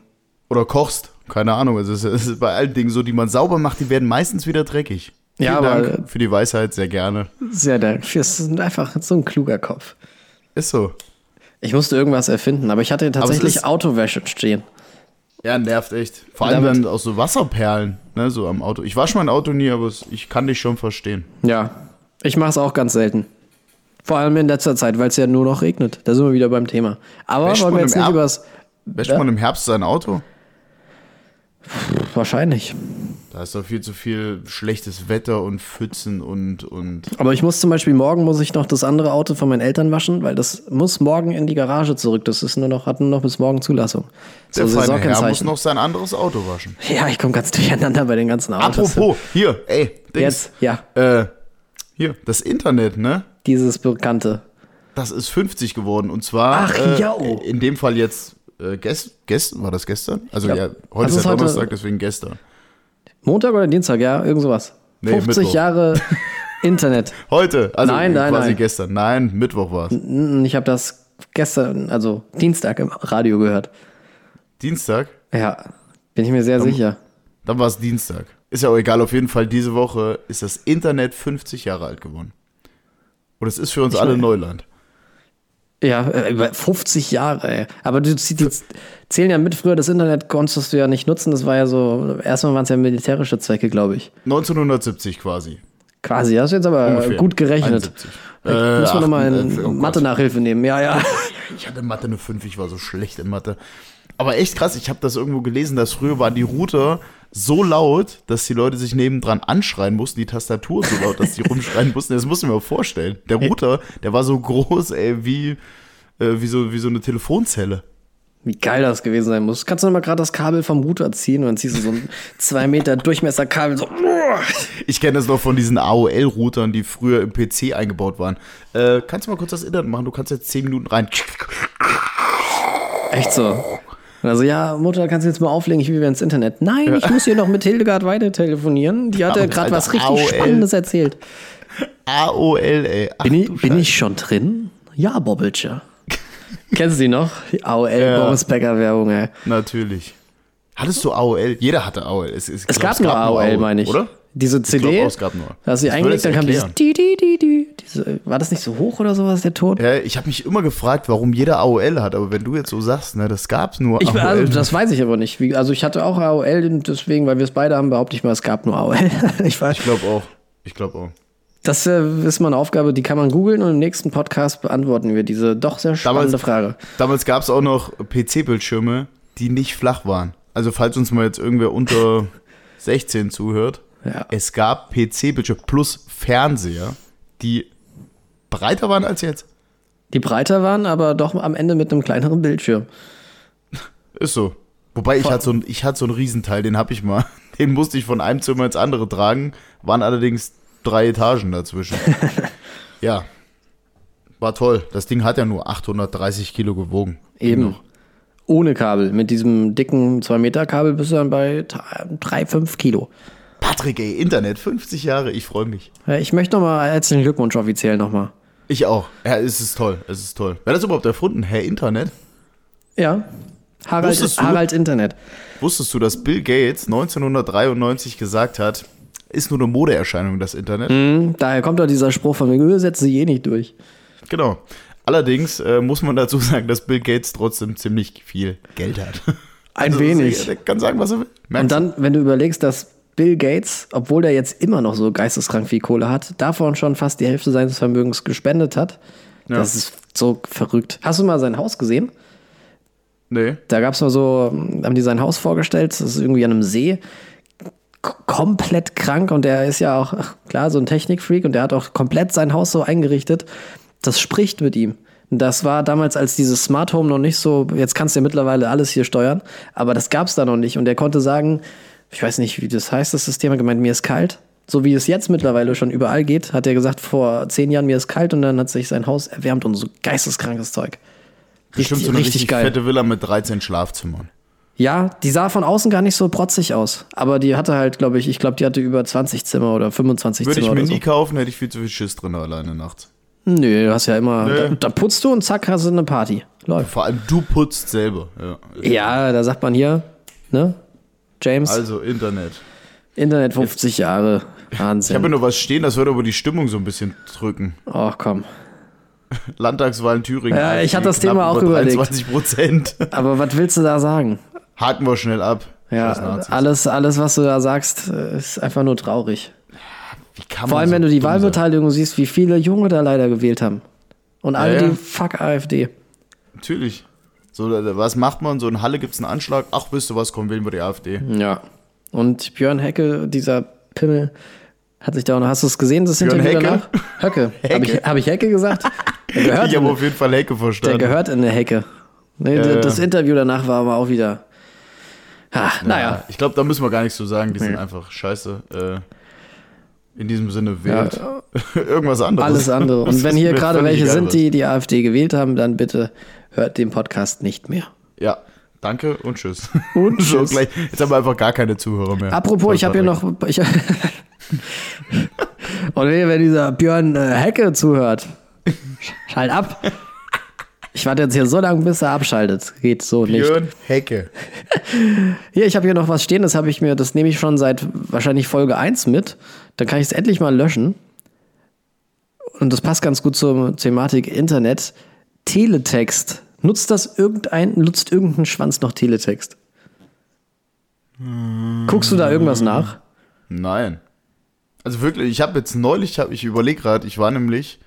Oder kochst. Keine Ahnung. Es ist, es ist bei allen Dingen so, die man sauber macht, die werden meistens wieder dreckig.
Ja,
Vielen
aber-
Dank für die Weisheit, sehr gerne.
Sehr dank. Das ist einfach so ein kluger Kopf.
Ist so.
Ich musste irgendwas erfinden, aber ich hatte
es
tatsächlich
ist-
Autowäsche stehen.
Ja, nervt echt. Vor allem
Damit-
dann auch so Wasserperlen, ne, so am Auto. Ich wasche mein Auto nie, aber es, ich kann dich schon verstehen.
Ja, ich mache es auch ganz selten. Vor allem in letzter Zeit, weil es ja nur noch regnet. Da sind wir wieder beim Thema. Aber
Wäscht
wollen wir
man
jetzt
im
nicht
Erb-
übers...
Wäscht
Ja.
man im Herbst sein Auto?
Wahrscheinlich.
Da ist doch viel zu viel schlechtes Wetter und Pfützen und, und.
Aber ich muss zum Beispiel morgen muss ich noch das andere Auto von meinen Eltern waschen, weil das muss morgen in die Garage zurück. Das ist nur noch, hat nur noch bis morgen Zulassung.
Der feine
so
Herr muss
Saisonkennzeichen.
noch sein anderes Auto waschen.
Ja, ich komme ganz durcheinander bei den ganzen Autos.
Apropos, hier, ey, Dings.
Jetzt, ja,
Äh, hier, das Internet, ne?
dieses Bekannte.
Das ist 50 geworden und zwar
Ach, oh.
äh,
jau.
in dem Fall jetzt äh, gest, gestern war das gestern? Also
Ja.
ja, heute
Also
ist
ist
ja
heute-
Donnerstag, deswegen gestern.
Montag oder Dienstag, ja, irgend sowas.
Nee,
50
Mittwoch. *laughs*
Jahre Internet.
Heute, also
Nein, nein,
quasi
nein.
gestern. Nein, Mittwoch war es.
Und Ich habe das gestern, also Dienstag im Radio gehört.
Dienstag?
Ja, bin ich mir sehr sicher.
Dann war es Dienstag. Ist ja auch egal, auf jeden Fall diese Woche ist das Internet 50 Jahre alt geworden. Und es ist für uns alle Neuland.
Ja, äh, über 50 Jahre, ey. Aber du ziehst jetzt, zählen ja mit früher, das Internet konntest du ja nicht nutzen. Das war ja so, erstmal waren es ja militärische Zwecke, glaube ich.
1970 quasi.
Quasi, hast du jetzt aber
Ungefähr.
gut gerechnet.
71.
Äh,
Äh,
Müssen wir nochmal
acht- äh, oh Gott.
Mathe-Nachhilfe nehmen,
*laughs*
ja, ja.
Ich hatte Mathe eine 5, ich war so schlecht in Mathe. Aber echt krass, ich habe das irgendwo gelesen, dass früher waren die Router so laut, dass die Leute sich nebendran anschreien mussten, die Tastatur so laut, dass die rumschreien mussten. Das muss ich mir vorstellen. Der Router, der war so groß, ey, wie, äh, wie, so, wie so eine Telefonzelle.
Wie geil das gewesen sein muss. Kannst du noch mal gerade das Kabel vom Router ziehen und dann ziehst du so *laughs* ein 2 Meter Durchmesserkabel so.
Ich kenne das noch von diesen AOL-Routern, die früher im PC eingebaut waren. Äh, kannst du mal kurz das Internet machen? Du kannst jetzt 10 Minuten rein.
Echt so. Und also, ja, Mutter, kannst du jetzt mal auflegen, ich will wieder ins Internet. Nein, ich muss hier noch mit Hildegard weiter telefonieren. Die hat ja
Arme
gerade
alte
was richtig
AOL.
Spannendes erzählt.
AOL, ey. Ach,
Bin,
du
ich, bin
Scheiße.
ich schon drin? Ja, Bobbelcher. *laughs* Kennst du die noch? Die AOL, Boris Becker-Werbung, ey.
Natürlich. Hattest du AOL? Jeder hatte AOL. Es,
Es gab nur AOL, meine ich.
Oder?
Diese CD.
glaub auch, es gab nur.
Da hast du die
Das würde
eingelegt, dann
es
kam dieses.
erklären.
Di, di, di, di. Diese, war das nicht so hoch oder sowas, der Ton?
Ja, ich habe mich immer gefragt, warum jeder AOL hat, aber wenn du jetzt so sagst, ne, das gab's nur
Ich,
AOL.
also, das weiß ich aber nicht. Wie, also ich hatte auch AOL, und deswegen, weil wir es beide haben, behaupte ich mal, es gab nur AOL. *laughs* Ich weiß.
ich glaube auch. Ich glaube auch.
Das äh, ist mal eine Aufgabe, die kann man googeln und im nächsten Podcast beantworten wir diese doch sehr spannende
Damals-
Frage.
Damals gab es auch noch PC-Bildschirme, die nicht flach waren. Also falls uns mal jetzt irgendwer
*laughs*
unter 16 zuhört,
Ja.
es gab PC-Bildschirme plus Fernseher, die breiter waren als jetzt.
Die breiter waren, aber doch am Ende mit einem kleineren Bildschirm.
Ist so. Wobei ich hatte so ein, ich hatte so einen Riesenteil, den habe ich mal. *laughs* Den musste ich von einem Zimmer ins andere tragen, waren allerdings drei Etagen *laughs* dazwischen. ja. War toll. Das Ding hat ja nur 830 Kilo gewogen.
Eben. Ohne Kabel. Mit diesem dicken 2-Meter-Kabel bist du dann bei 3, 5 Kilo.
Patrick, ey, Internet, 50 Jahre, ich freue mich.
Ja, Ich möchte nochmal herzlichen Glückwunsch offiziell nochmal.
Ich auch. Ja, es ist toll, es ist toll. Wer hat das überhaupt erfunden? Herr Internet?
Ja. Harald,
Wusstest du-
Harald Internet.
Wusstest du, dass Bill Gates 1993 gesagt hat, ist nur eine Modeerscheinung, das Internet?
Hm. Daher kommt doch dieser Spruch von mir, setzt sie eh nicht durch.
Genau. Allerdings äh, muss man dazu sagen, dass Bill Gates trotzdem ziemlich viel Geld hat.
Ein
Also,
wenig.
Er kann sagen, was er will.
Und
Merkst du?
dann, wenn du überlegst, dass Bill Gates, obwohl der jetzt immer noch so geisteskrank viel Kohle hat, davon schon fast die Hälfte seines Vermögens gespendet hat, das ist so verrückt. Hast du mal sein Haus gesehen?
Nee.
Da gab es mal so, haben die sein Haus vorgestellt, das ist irgendwie an einem See, K komplett krank und der ist ja auch, ach, klar, so ein Technikfreak und der hat auch komplett sein Haus so eingerichtet, das spricht mit ihm. Und Das war damals, als dieses Smart Home noch nicht so, jetzt kannst du ja mittlerweile alles hier steuern, aber das gab es da noch nicht und der konnte sagen, ich weiß nicht, wie das heißt, das System hat gemeint, mir ist kalt. So wie es jetzt mittlerweile schon überall geht, hat er gesagt, vor zehn Jahren mir ist kalt und dann hat sich sein Haus erwärmt und so geisteskrankes Zeug.
Bestimmt so eine richtig, fette Villa mit 13 Schlafzimmern.
Ja, die sah von außen gar nicht so protzig aus. Aber die hatte halt, glaube ich, ich glaube, die hatte über 20 Zimmer oder 25
Würde ich
Zimmer
mir
oder so.
nie kaufen, hätte ich viel zu viel Schiss drin alleine nachts.
Nö, du hast ja immer.
Nö.
Da, da putzt du und zack, hast du eine Party. Läuft.
Vor allem du putzt selber. Ja.
Ja, da sagt man hier, ne? James,
Also Internet.
Internet 50 Jahre.
Ich habe
Wahnsinn.
nur was stehen, das würde aber die Stimmung so ein bisschen drücken.
Ach komm.
Landtagswahl in Thüringen.
Ja, ich hatte das
knapp
Thema auch
über
überlegt.
23 Prozent. *laughs*
Aber was willst du da sagen?
Haken wir schnell ab.
Ja, äh,
Scheiß Nazis.
alles, alles, was du da sagst, äh, ist einfach nur traurig.
Wie kann
Vor
man
allem,
so
wenn du die
dumm sein?
Wahlbeteiligung siehst, wie viele Junge da leider gewählt haben. Und alle,
Ja, ja.
die fuck AfD.
Natürlich. So, da- was macht man? So in Halle gibt es einen Anschlag. Ach, wisst ihr was? Komm, wählen wir die AfD.
Ja. Und Björn Hecke, dieser Pimmel, hat sich da auch noch. Hast du es gesehen, das
Björn
Interview
Hecke?
danach?
*laughs*
Höcke. Habe ich, hab ich Hecke gesagt? Der gehört,
ich habe
in,
auf jeden Fall Hecke
der
verstanden.
gehört in eine Hecke. Nee,
ja.
das Interview danach war aber auch wieder. Ah, naja.
Ja, ich glaube, da müssen wir gar nichts zu sagen. Die sind einfach scheiße. Äh, in diesem Sinne wählt *laughs* irgendwas anderes.
Alles andere.
Das
Und wenn
ist
hier
mir
gerade
völlig
welche
egal,
sind,
was.
die die AfD gewählt haben, dann bitte hört den Podcast nicht mehr.
Ja, danke und tschüss.
Und
*laughs* so
tschüss.
gleich. Jetzt haben wir einfach gar keine Zuhörer mehr.
Apropos, ich habe hier noch. Ich, *laughs* und wehe, wenn dieser Björn äh, Hecke zuhört, sch- schalt ab. Ich warte jetzt hier so lange, bis er abschaltet. Geht so nicht.
Björn Hecke.
Hier, ich habe hier noch was stehen, das habe ich mir, das nehme ich schon seit wahrscheinlich Folge 1 mit. Dann kann ich es endlich mal löschen. Und das passt ganz gut zur Thematik Internet. Teletext. Nutzt das irgendein, nutzt irgendein Schwanz noch Teletext? Guckst du da irgendwas nach?
Nein. Also wirklich, ich habe jetzt neulich, hab, ich überlege gerade, ich war nämlich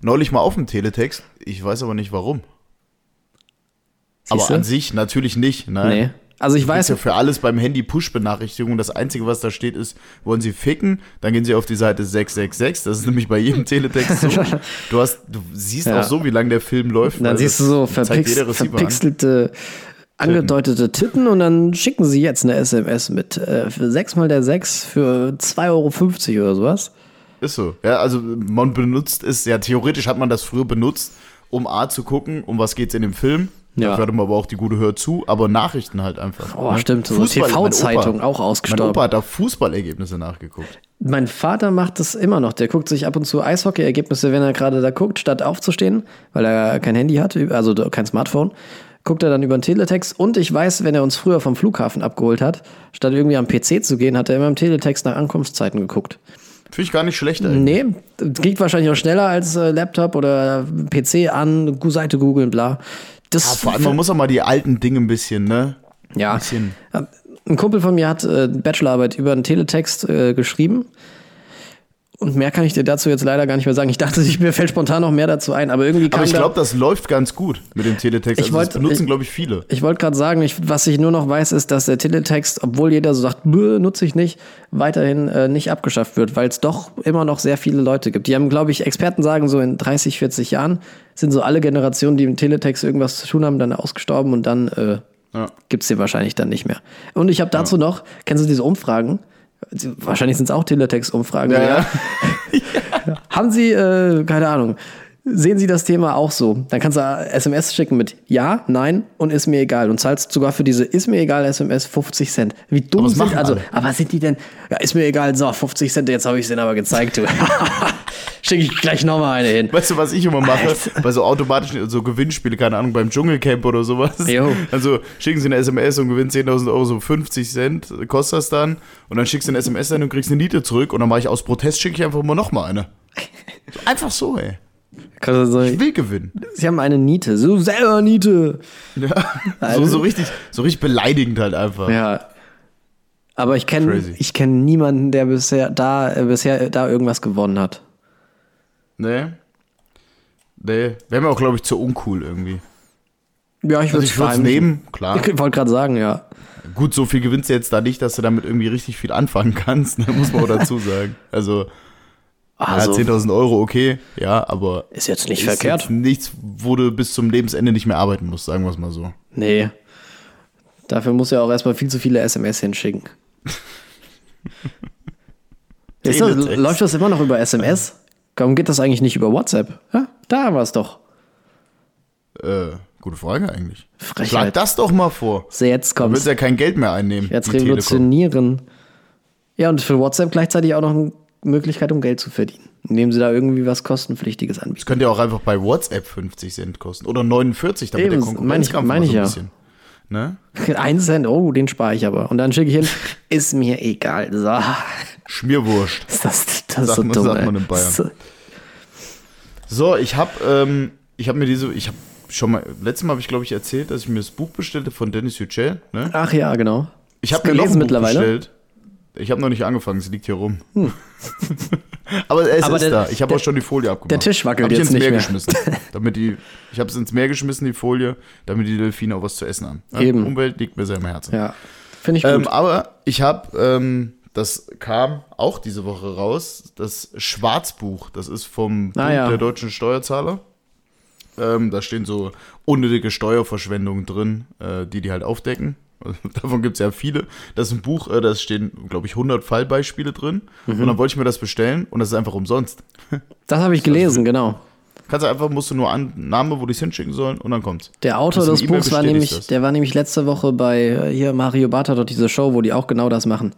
neulich mal auf dem Teletext. Ich weiß aber nicht warum.
Siehste?
Aber an sich natürlich nicht. Nein.
Nee. Also ich
Weiß
weiß,
ja für alles beim Handy Push-Benachrichtigungen. Das Einzige, was da steht, ist, wollen Sie ficken? Dann gehen Sie auf die Seite 666. Das ist nämlich bei jedem Teletext so.
*laughs*
Du, hast, du siehst
Ja.
auch so, wie lange der Film läft.
dann
weil
siehst du
das
so
also zeigt
verpix
jeder Receiver an.
verpixelte angedeutete Titten und dann schicken sie jetzt eine SMS mit äh, für 6 mal der 6 für 2,50 Euro oder sowas.
Ist so. Ja, also man benutzt es, ja, theoretisch hat man das früher benutzt, um A zu gucken, um was geht's in dem Film.
Ja.
Ja. Dafür hatte man aber auch die gute Hör zu, aber Nachrichten halt einfach.
Oh, stimmt, so
mein
TV-Zeitung
Opa-
auch ausgestorben.
Mein Opa hat da Fußballergebnisse nachgeguckt.
Mein Vater macht das immer noch. Der guckt sich ab und zu Eishockey-Ergebnisse, wenn er gerade da guckt, statt aufzustehen, weil er kein Handy hat, also kein Smartphone. Guckt er dann über den Teletext und ich weiß, wenn er uns früher vom Flughafen abgeholt hat, statt irgendwie am PC zu gehen, hat er immer im Teletext nach Ankunftszeiten geguckt.
Finde ich gar nicht schlecht, ey.
Äh, Nee, das geht wahrscheinlich auch schneller als äh, Laptop oder PC an, Gu- Seite googeln, bla. Das
Ja, vor allem, man muss auch mal die alten Dinge ein bisschen, ne?
ja.
bisschen-
Ein Kumpel von mir hat äh, eine Bachelorarbeit über einen Teletext äh, geschrieben. Und mehr kann ich dir dazu jetzt leider gar nicht mehr sagen. Ich dachte, ich, mir fällt spontan noch mehr dazu ein, aber irgendwie kam
Aber ich
da-
glaube, das läuft ganz gut mit dem Teletext.
Ich
Also
wollt-
das benutzen,
ich-
glaube ich, viele.
Ich wollte gerade sagen, ich, was ich nur noch weiß, ist, dass der Teletext, obwohl jeder so sagt, "Bäh, nutze ich nicht, weiterhin äh, nicht abgeschafft wird, weil es doch immer noch sehr viele Leute gibt. Die haben, glaube ich, Experten sagen, so in 30, 40 Jahren sind so alle Generationen, die im Teletext irgendwas zu tun haben, dann ausgestorben und dann äh,
Ja.
gibt's den wahrscheinlich dann nicht mehr. Und ich habe dazu noch, kennst du diese Umfragen? Wahrscheinlich sind es auch Teletext-Umfragen.
Ja, ja.
Haben Sie, äh, keine Ahnung, sehen Sie das Thema auch so? Dann kannst du SMS schicken mit Ja, Nein und ist mir egal. Und zahlst sogar für diese Ist mir egal SMS 50 Cent. Wie dumm
Aber das
sind
machen
also,
alle.
aber sind die denn? Ja, ist mir egal, so 50 Cent, jetzt habe ich es denen aber
*laughs*
gezeigt. du. Schicke ich gleich nochmal eine hin.
Weißt du, was ich immer mache? Bei so automatischen so Gewinnspiele, keine Ahnung, beim Dschungelcamp oder sowas.
Jo.
Also schicken sie eine SMS und gewinnen 10.000 Euro, so 50 Cent äh, kostet das dann. Und dann schickst du eine SMS ein und kriegst eine Niete zurück. Und dann mache ich aus Protest, schicke ich einfach immer nochmal eine. Einfach so, ey. also Ich will gewinnen.
Sie haben eine Niete. So selber Niete.
Ja. So, so, richtig, so richtig beleidigend halt einfach.
Ja. Aber ich kenne
Crazy.
ich kenn niemanden, der bisher da, äh, bisher da irgendwas gewonnen hat.
Nee. Nee. Wäre mir auch, glaube ich, zu uncool irgendwie.
Ja,
Also
ich würde
ich würde es nehmen, klar.
Ich wollte gerade sagen, ja.
Gut, so viel gewinnst du jetzt da nicht, dass du damit irgendwie richtig viel anfangen kannst, ne, muss man auch dazu sagen. Also,
Also-
ja, 10.000 Euro, okay, ja, aber
Ist jetzt nicht
ist
verkehrt.
jetzt nichts, wo du bis zum Lebensende nicht mehr arbeiten musst, sagen wir es mal so.
Nee. Dafür muss ja auch erstmal viel zu viele
*laughs*
SMS hinschicken. ist das,
Teletext.
läuft das immer noch über SMS? Warum geht das eigentlich nicht über WhatsApp? Ja, da war es doch.
Äh, gute Frage eigentlich.
Frechheit.
Schlag das doch mal vor.
So, jetzt
Du willst
kommt's.
ja kein Geld mehr einnehmen.
Jetzt
die Telekom.
revolutionieren. Ja, und für WhatsApp gleichzeitig auch noch eine Möglichkeit, um Geld zu verdienen. Indem sie da irgendwie was Kostenpflichtiges anbieten. *laughs*
Das könnte ja auch einfach bei WhatsApp 50 Cent kosten. Oder 49, damit
Eben,
der Konkurrenzkampf
mein ich- mein
mal so
ich
ein
ja.
bisschen. Ne?
Ein Cent, oh, den spare ich aber. Und dann schicke ich hin, *laughs* ist mir egal. So, *laughs*
Schmierwurst.
ist das, das ist
Sagt
so
man-
dumm,
sagt
ey.
man in Bayern.
Das ist-
So, ich habe ähm, ich habe mir diese ich habe schon mal letztes Mal habe ich glaube ich erzählt, dass ich mir das Buch bestellte von Dennis Yücel, ne?
Ach ja, genau.
Ich habe
Hast du
mir noch ein
gelesen
Buch
mittlerweile? Hm.
bestellt. Ich habe noch nicht angefangen, es liegt hier rum. *laughs* Aber es
Aber
ist
der-
da. Ich habe
der-
auch schon die Folie abgemacht.
der Tisch wackelt
hab ich
jetzt
ins Meer
nicht mehr. *laughs*
geschmissen, damit die ich habe es ins Meer geschmissen die Folie, damit die Delfine auch was zu essen haben. Ja,
Eben.
Umwelt liegt mir sehr am Herzen.
Ja, finde ich gut.
Ähm, aber ich habe, ähm, das kam auch diese Woche raus, das Schwarzbuch. Das ist vom
Ah,
Bund
ja.
der deutschen Steuerzahler. Ähm, da stehen so unnötige Steuerverschwendungen drin, äh, die die halt aufdecken. *laughs* Davon gibt es ja viele. Das ist ein Buch, äh, da stehen, glaube ich, 100 Fallbeispiele drin.
Mhm.
Und dann wollte ich mir das bestellen und das ist einfach umsonst.
das habe ich gelesen, genau.
Kannst du einfach, musst du nur an Name, wo die es hinschicken sollen und dann kommt's.
Der Autor
Das ist
des
eine E-Mail,
Buchs war
bestätigt
nämlich,
das.
der war nämlich letzte Woche bei äh, hier Mario Bartha dort diese Show, wo die auch genau das machen.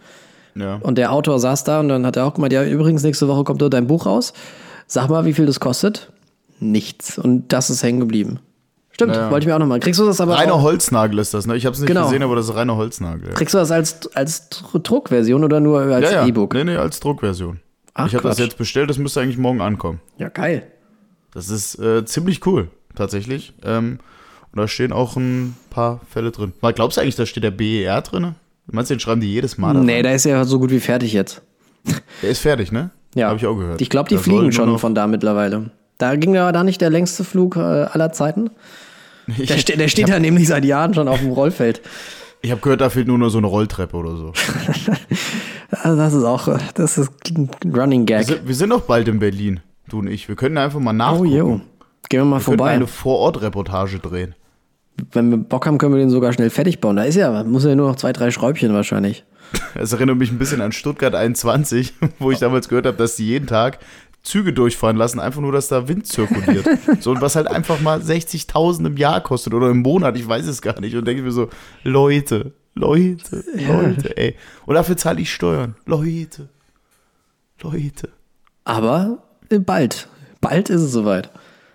Ja.
Und der Autor saß da und dann hat er auch gemeint, ja, übrigens nächste Woche kommt dort dein Buch raus. Sag mal, wie viel das kostet? Nichts. Und das ist hängen geblieben. Stimmt,
Ja.
wollte ich mir auch nochmal. Kriegst du das aber
Reiner
auch,
Holznagel ist das, ne? Ich habe es nicht
Genau.
gesehen, aber das ist reiner Holznagel. Ja.
kriegst du das als, als Dr- Druckversion oder nur als
ja, ja.
E-Book?
Nee, nee, als Druckversion.
Ach,
ich habe das
Quatsch.
jetzt bestellt, das müsste eigentlich morgen ankommen.
Ja, geil.
Das ist äh, ziemlich cool, tatsächlich. Ähm, und da stehen auch ein paar Fälle drin. Mal, glaubst du eigentlich, da steht der BER drin? Meinst du, den schreiben die jedes Mal? da rein?
Nee, da ist ja so gut wie fertig jetzt.
Der ist fertig, ne?
Ja.
Habe ich auch gehört.
Ich glaube, die
Da soll
fliegen
nur
schon
noch-
von da mittlerweile. Da ging aber da nicht der längste Flug äh, aller Zeiten. Der, ste der steht da nämlich seit Jahren schon auf dem Rollfeld.
Ich habe gehört, da fehlt nur noch so eine Rolltreppe oder
*laughs*
so.
Also das ist auch, äh, das ist ein Running
Wir
Gag.
sind- Wir sind doch bald in Berlin, du und ich. Wir können einfach mal
Oh,
nachgucken.
yo. Gehen wir mal
Wir können
vorbei.
eine Vorortreportage drehen.
wenn wir Bock haben, können wir den sogar schnell fertig bauen. Da ist ja, muss ja nur noch zwei, drei Schräubchen wahrscheinlich.
Das erinnert mich ein bisschen an Stuttgart 21, *laughs* wo ich damals gehört habe, dass die jeden Tag Züge durchfahren lassen, einfach nur, dass da Wind zirkuliert. so, und was halt einfach mal 60.000 im Jahr kostet oder im Monat, ich weiß es gar nicht. Und denke mir so, Leute, Leute, Leute, ey. Und dafür zahle ich Steuern. Leute, Leute.
Aber äh, bald. Bald ist es soweit.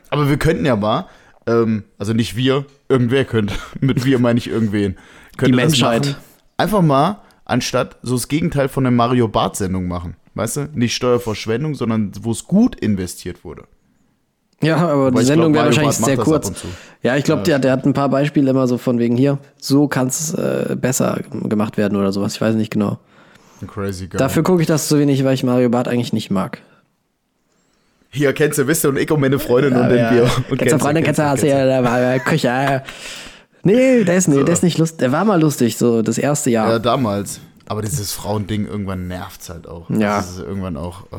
Aber wir könnten ja mal, ähm, also nicht wir, irgendwer könnte, *laughs* mit wir meine ich irgendwen, könnte das
Menschheit.
machen. Einfach mal, anstatt so das Gegenteil von der Mario Barth-Sendung machen. Weißt du? Nicht Steuerverschwendung, sondern wo es gut investiert wurde.
Ja, aber
Wobei
die
ich
Sendung
glaub,
wäre
Mario
wahrscheinlich
Barth macht
sehr
das
kurz.
ab und zu.
Ja, ich glaube, der, der hat ein paar Beispiele immer so von wegen hier. So kann es äh, besser g- gemacht werden oder sowas. Ich weiß nicht genau.
Crazy Girl.
Dafür gucke ich das so wenig, weil ich Mario Barth eigentlich nicht mag.
Hier kennst du Wisse und ich und meine Freundin und den Bier. Und
Ketzer, Freunde, Ketzer, Ketzer, ja, da war der Köcher. Nee, der ist, nee, der ist nicht lustig. Der war mal lustig, so das erste
Ja,
Jahr.
damals. Aber dieses Frauending irgendwann nervt's halt auch.
Ja.
Das ist irgendwann auch. Äh.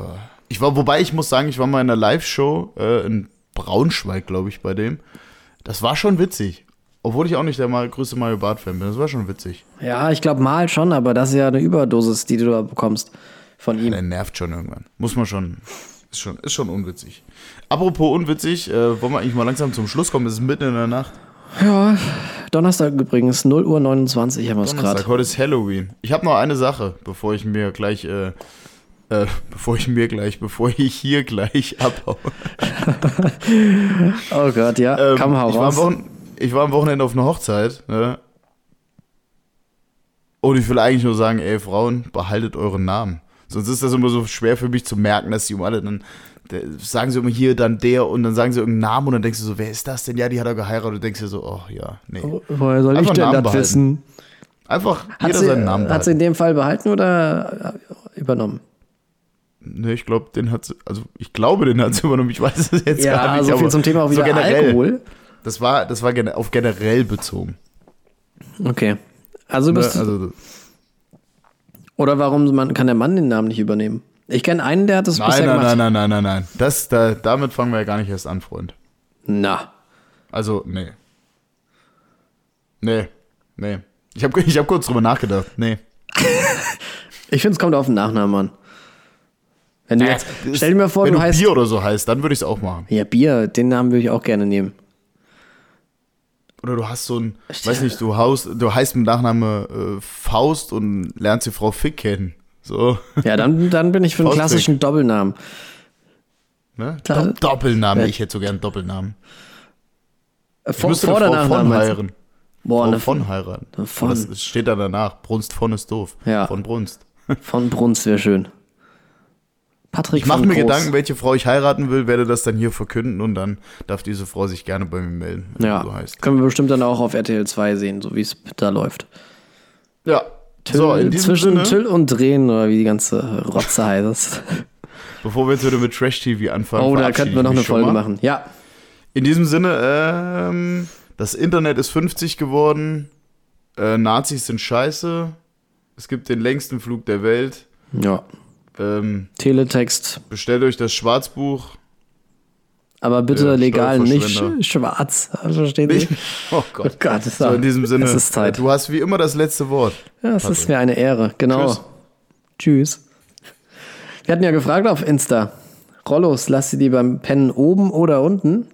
Ich war, wobei ich muss sagen, ich war mal in einer Live-Show äh, in Braunschweig, glaube ich, bei dem. Das war schon witzig. Obwohl ich auch nicht der mal, größte Mario Barth-Fan bin. Das war schon witzig.
Ja, ich glaube mal schon, aber das ist ja eine Überdosis, die du da bekommst von ihm.
Der nervt schon irgendwann. Muss man schon. Ist schon, ist schon unwitzig. Apropos unwitzig, äh, wollen wir eigentlich mal langsam zum Schluss kommen? Es ist mitten in der Nacht.
Donnerstag übrigens, 0 Uhr 29 haben wir es gerade.
Donnerstag, heute ist Halloween. Ich habe noch eine Sache, bevor ich mir gleich, äh, äh, *laughs* bevor ich mir gleich, bevor ich hier gleich *laughs* abhaue.
Oh Gott, ja,
Ähm,
komm, hau
ich, war am
raus.
Wochen- ich war am Wochenende auf einer Hochzeit. Ne? Und ich will eigentlich nur sagen, ey Frauen, behaltet euren Namen. Sonst ist das immer so schwer für mich zu merken, dass die um alle dann der, sagen sie immer hier, dann der und dann sagen sie irgendeinen Namen und dann denkst du so, wer ist das denn? Ja, die hat er geheiratet. Du denkst dir so, oh ja, nee.
Woher soll ich
Einfach
denn
Namen
das
behalten.
wissen?
Einfach
Hat
jeder
sie,
seinen Namen.
hat sie in dem Fall behalten oder äh, übernommen?
Ne, ich glaube, den hat sie, also ich glaube, den hat sie übernommen. Ich weiß es jetzt gar
Ja,
nicht.
so viel
aber
zum Thema auch
so
wieder
generell.
Alkohol.
Das war, das war gene- auf generell bezogen.
Okay. Also
Ne?
bist du,
Also,
oder warum man, kann der Mann den Namen nicht übernehmen? Ich kenne einen, der hat das
nein,
bisher
nein,
gemacht.
nein, nein, nein, nein, nein. Das, da, damit fangen wir ja gar nicht erst an, Freund.
Na,
Also, nee. Nee, nee. Ich habe ich hab *laughs* kurz drüber nachgedacht. Nee.
ich finde, es kommt auf den Nachnamen an. Wenn du jetzt, stell dir mal vor,
Wenn
du,
du
heißt.
Bier oder so heißt, dann würde ich es auch machen.
Ja, Bier, den Namen würde ich auch gerne nehmen.
Oder du hast so ein, weiß nicht, du, haust, du heißt mit Nachname äh, Faust und lernst die Frau Fick kennen. So. *laughs*
Ja, dann, dann bin ich für einen
Faustdick.
klassischen Doppelnamen.
Ne?
Da-
Dopp- Doppelname, ich hätte so gern einen Doppelnamen.
Äh,
Ich
Vor,
müsste
vor
eine
der
Frau von
Nachname.
heiraten.
Boah,
Frau
eine von,
von heiraten.
von.
Das ist- steht da danach. Brunst von ist doof.
Ja.
Von Brunst.
von Bruns wäre schön. Patrick
Ich mache
von
mir
Groß.
Gedanken, welche Frau ich heiraten will, werde das dann hier verkünden und dann darf diese Frau sich gerne bei mir melden, wenn
Ja,
sie so heißt.
können wir bestimmt dann auch auf RTL 2 sehen, so wie es da läuft.
Ja.
Till,
so, in diesem
zwischen
Sinne,
Till und Drehen oder wie die ganze Rotze heißt.
bevor wir jetzt wieder mit Trash-TV anfangen,
Oh, da
verabschiede
könnten wir
ich
noch
mich
eine
schon
Folge
mal.
machen. Ja,
In diesem Sinne, ähm, das Internet ist 50 geworden, äh, Nazis sind scheiße, es gibt den längsten Flug der Welt,
ja.
ähm,
Teletext.
bestellt euch das Schwarzbuch,
Aber bitte
Ja,
legal, nicht
Steuerverschwender.
sch- schwarz. Also, Verstehen Sie?
*laughs* Oh
Oh
Gott.
Gott, ist
So, in diesem Sinne, äh,
Es ist Zeit.
du hast wie immer das letzte Wort.
Ja, es ist mir eine Ehre. Genau. Tschüss. Wir hatten ja gefragt auf Insta. Rollos, lass sie die beim Pennen oben oder unten?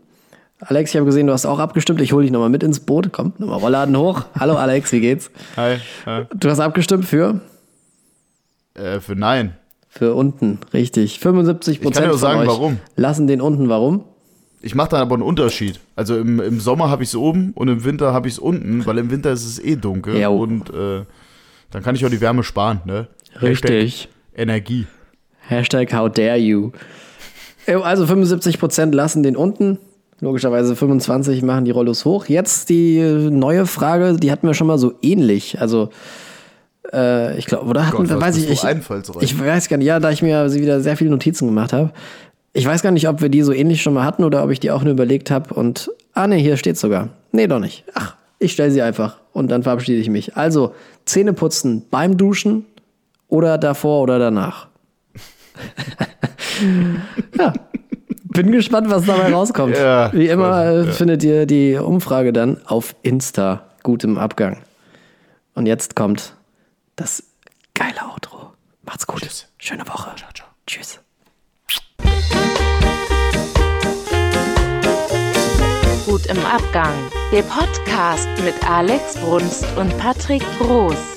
Alex, ich habe gesehen, du hast auch abgestimmt. Ich hole dich nochmal mit ins Boot. Komm, nochmal Rollladen hoch. Hallo Alex, wie geht's?
Hi. Hi.
Du hast abgestimmt für?
Äh, für Nein.
Für unten, richtig. 75
Ich kann
Prozent
dir auch
von
sagen,
euch
warum.
lassen den unten. Warum?
Ich mache da aber einen Unterschied. Also im, im Sommer habe ich es oben und im Winter habe ich es unten, weil im Winter ist es eh dunkel.
Ja.
Und äh, dann kann ich auch die Wärme sparen, ne?
Richtig.
Hashtag Energie.
Hashtag how dare you. Jo, Also 75% lassen den unten. Logischerweise 25 machen die Rollos hoch. Jetzt die äh, neue Frage, die hatten wir schon mal so ähnlich. Also äh, ich glaube, oder hatten
Oh Gott,
wir,
was
weiß ich,
bist du
ich,
einfallsreich.
ich weiß gar nicht, ja, da ich mir wieder sehr viele Notizen gemacht habe. Ich weiß gar nicht, ob wir die so ähnlich schon mal hatten oder ob ich die auch nur überlegt habe und, ah ne, hier steht sogar. Nee, doch nicht. Ach, ich stelle sie einfach und dann verabschiede ich mich. Also, Zähne putzen beim Duschen
*laughs*
oder davor oder danach. Bin gespannt, was dabei rauskommt.
Ja,
Wie immer
voll,
äh, findet ihr die Umfrage dann auf Insta. Gut im Abgang. Und jetzt kommt das geile Outro. Macht's gut. Schöne Woche. Tschüss.
Gut im Abgang. Der Podcast mit Alex Brunst und Patrick Groß.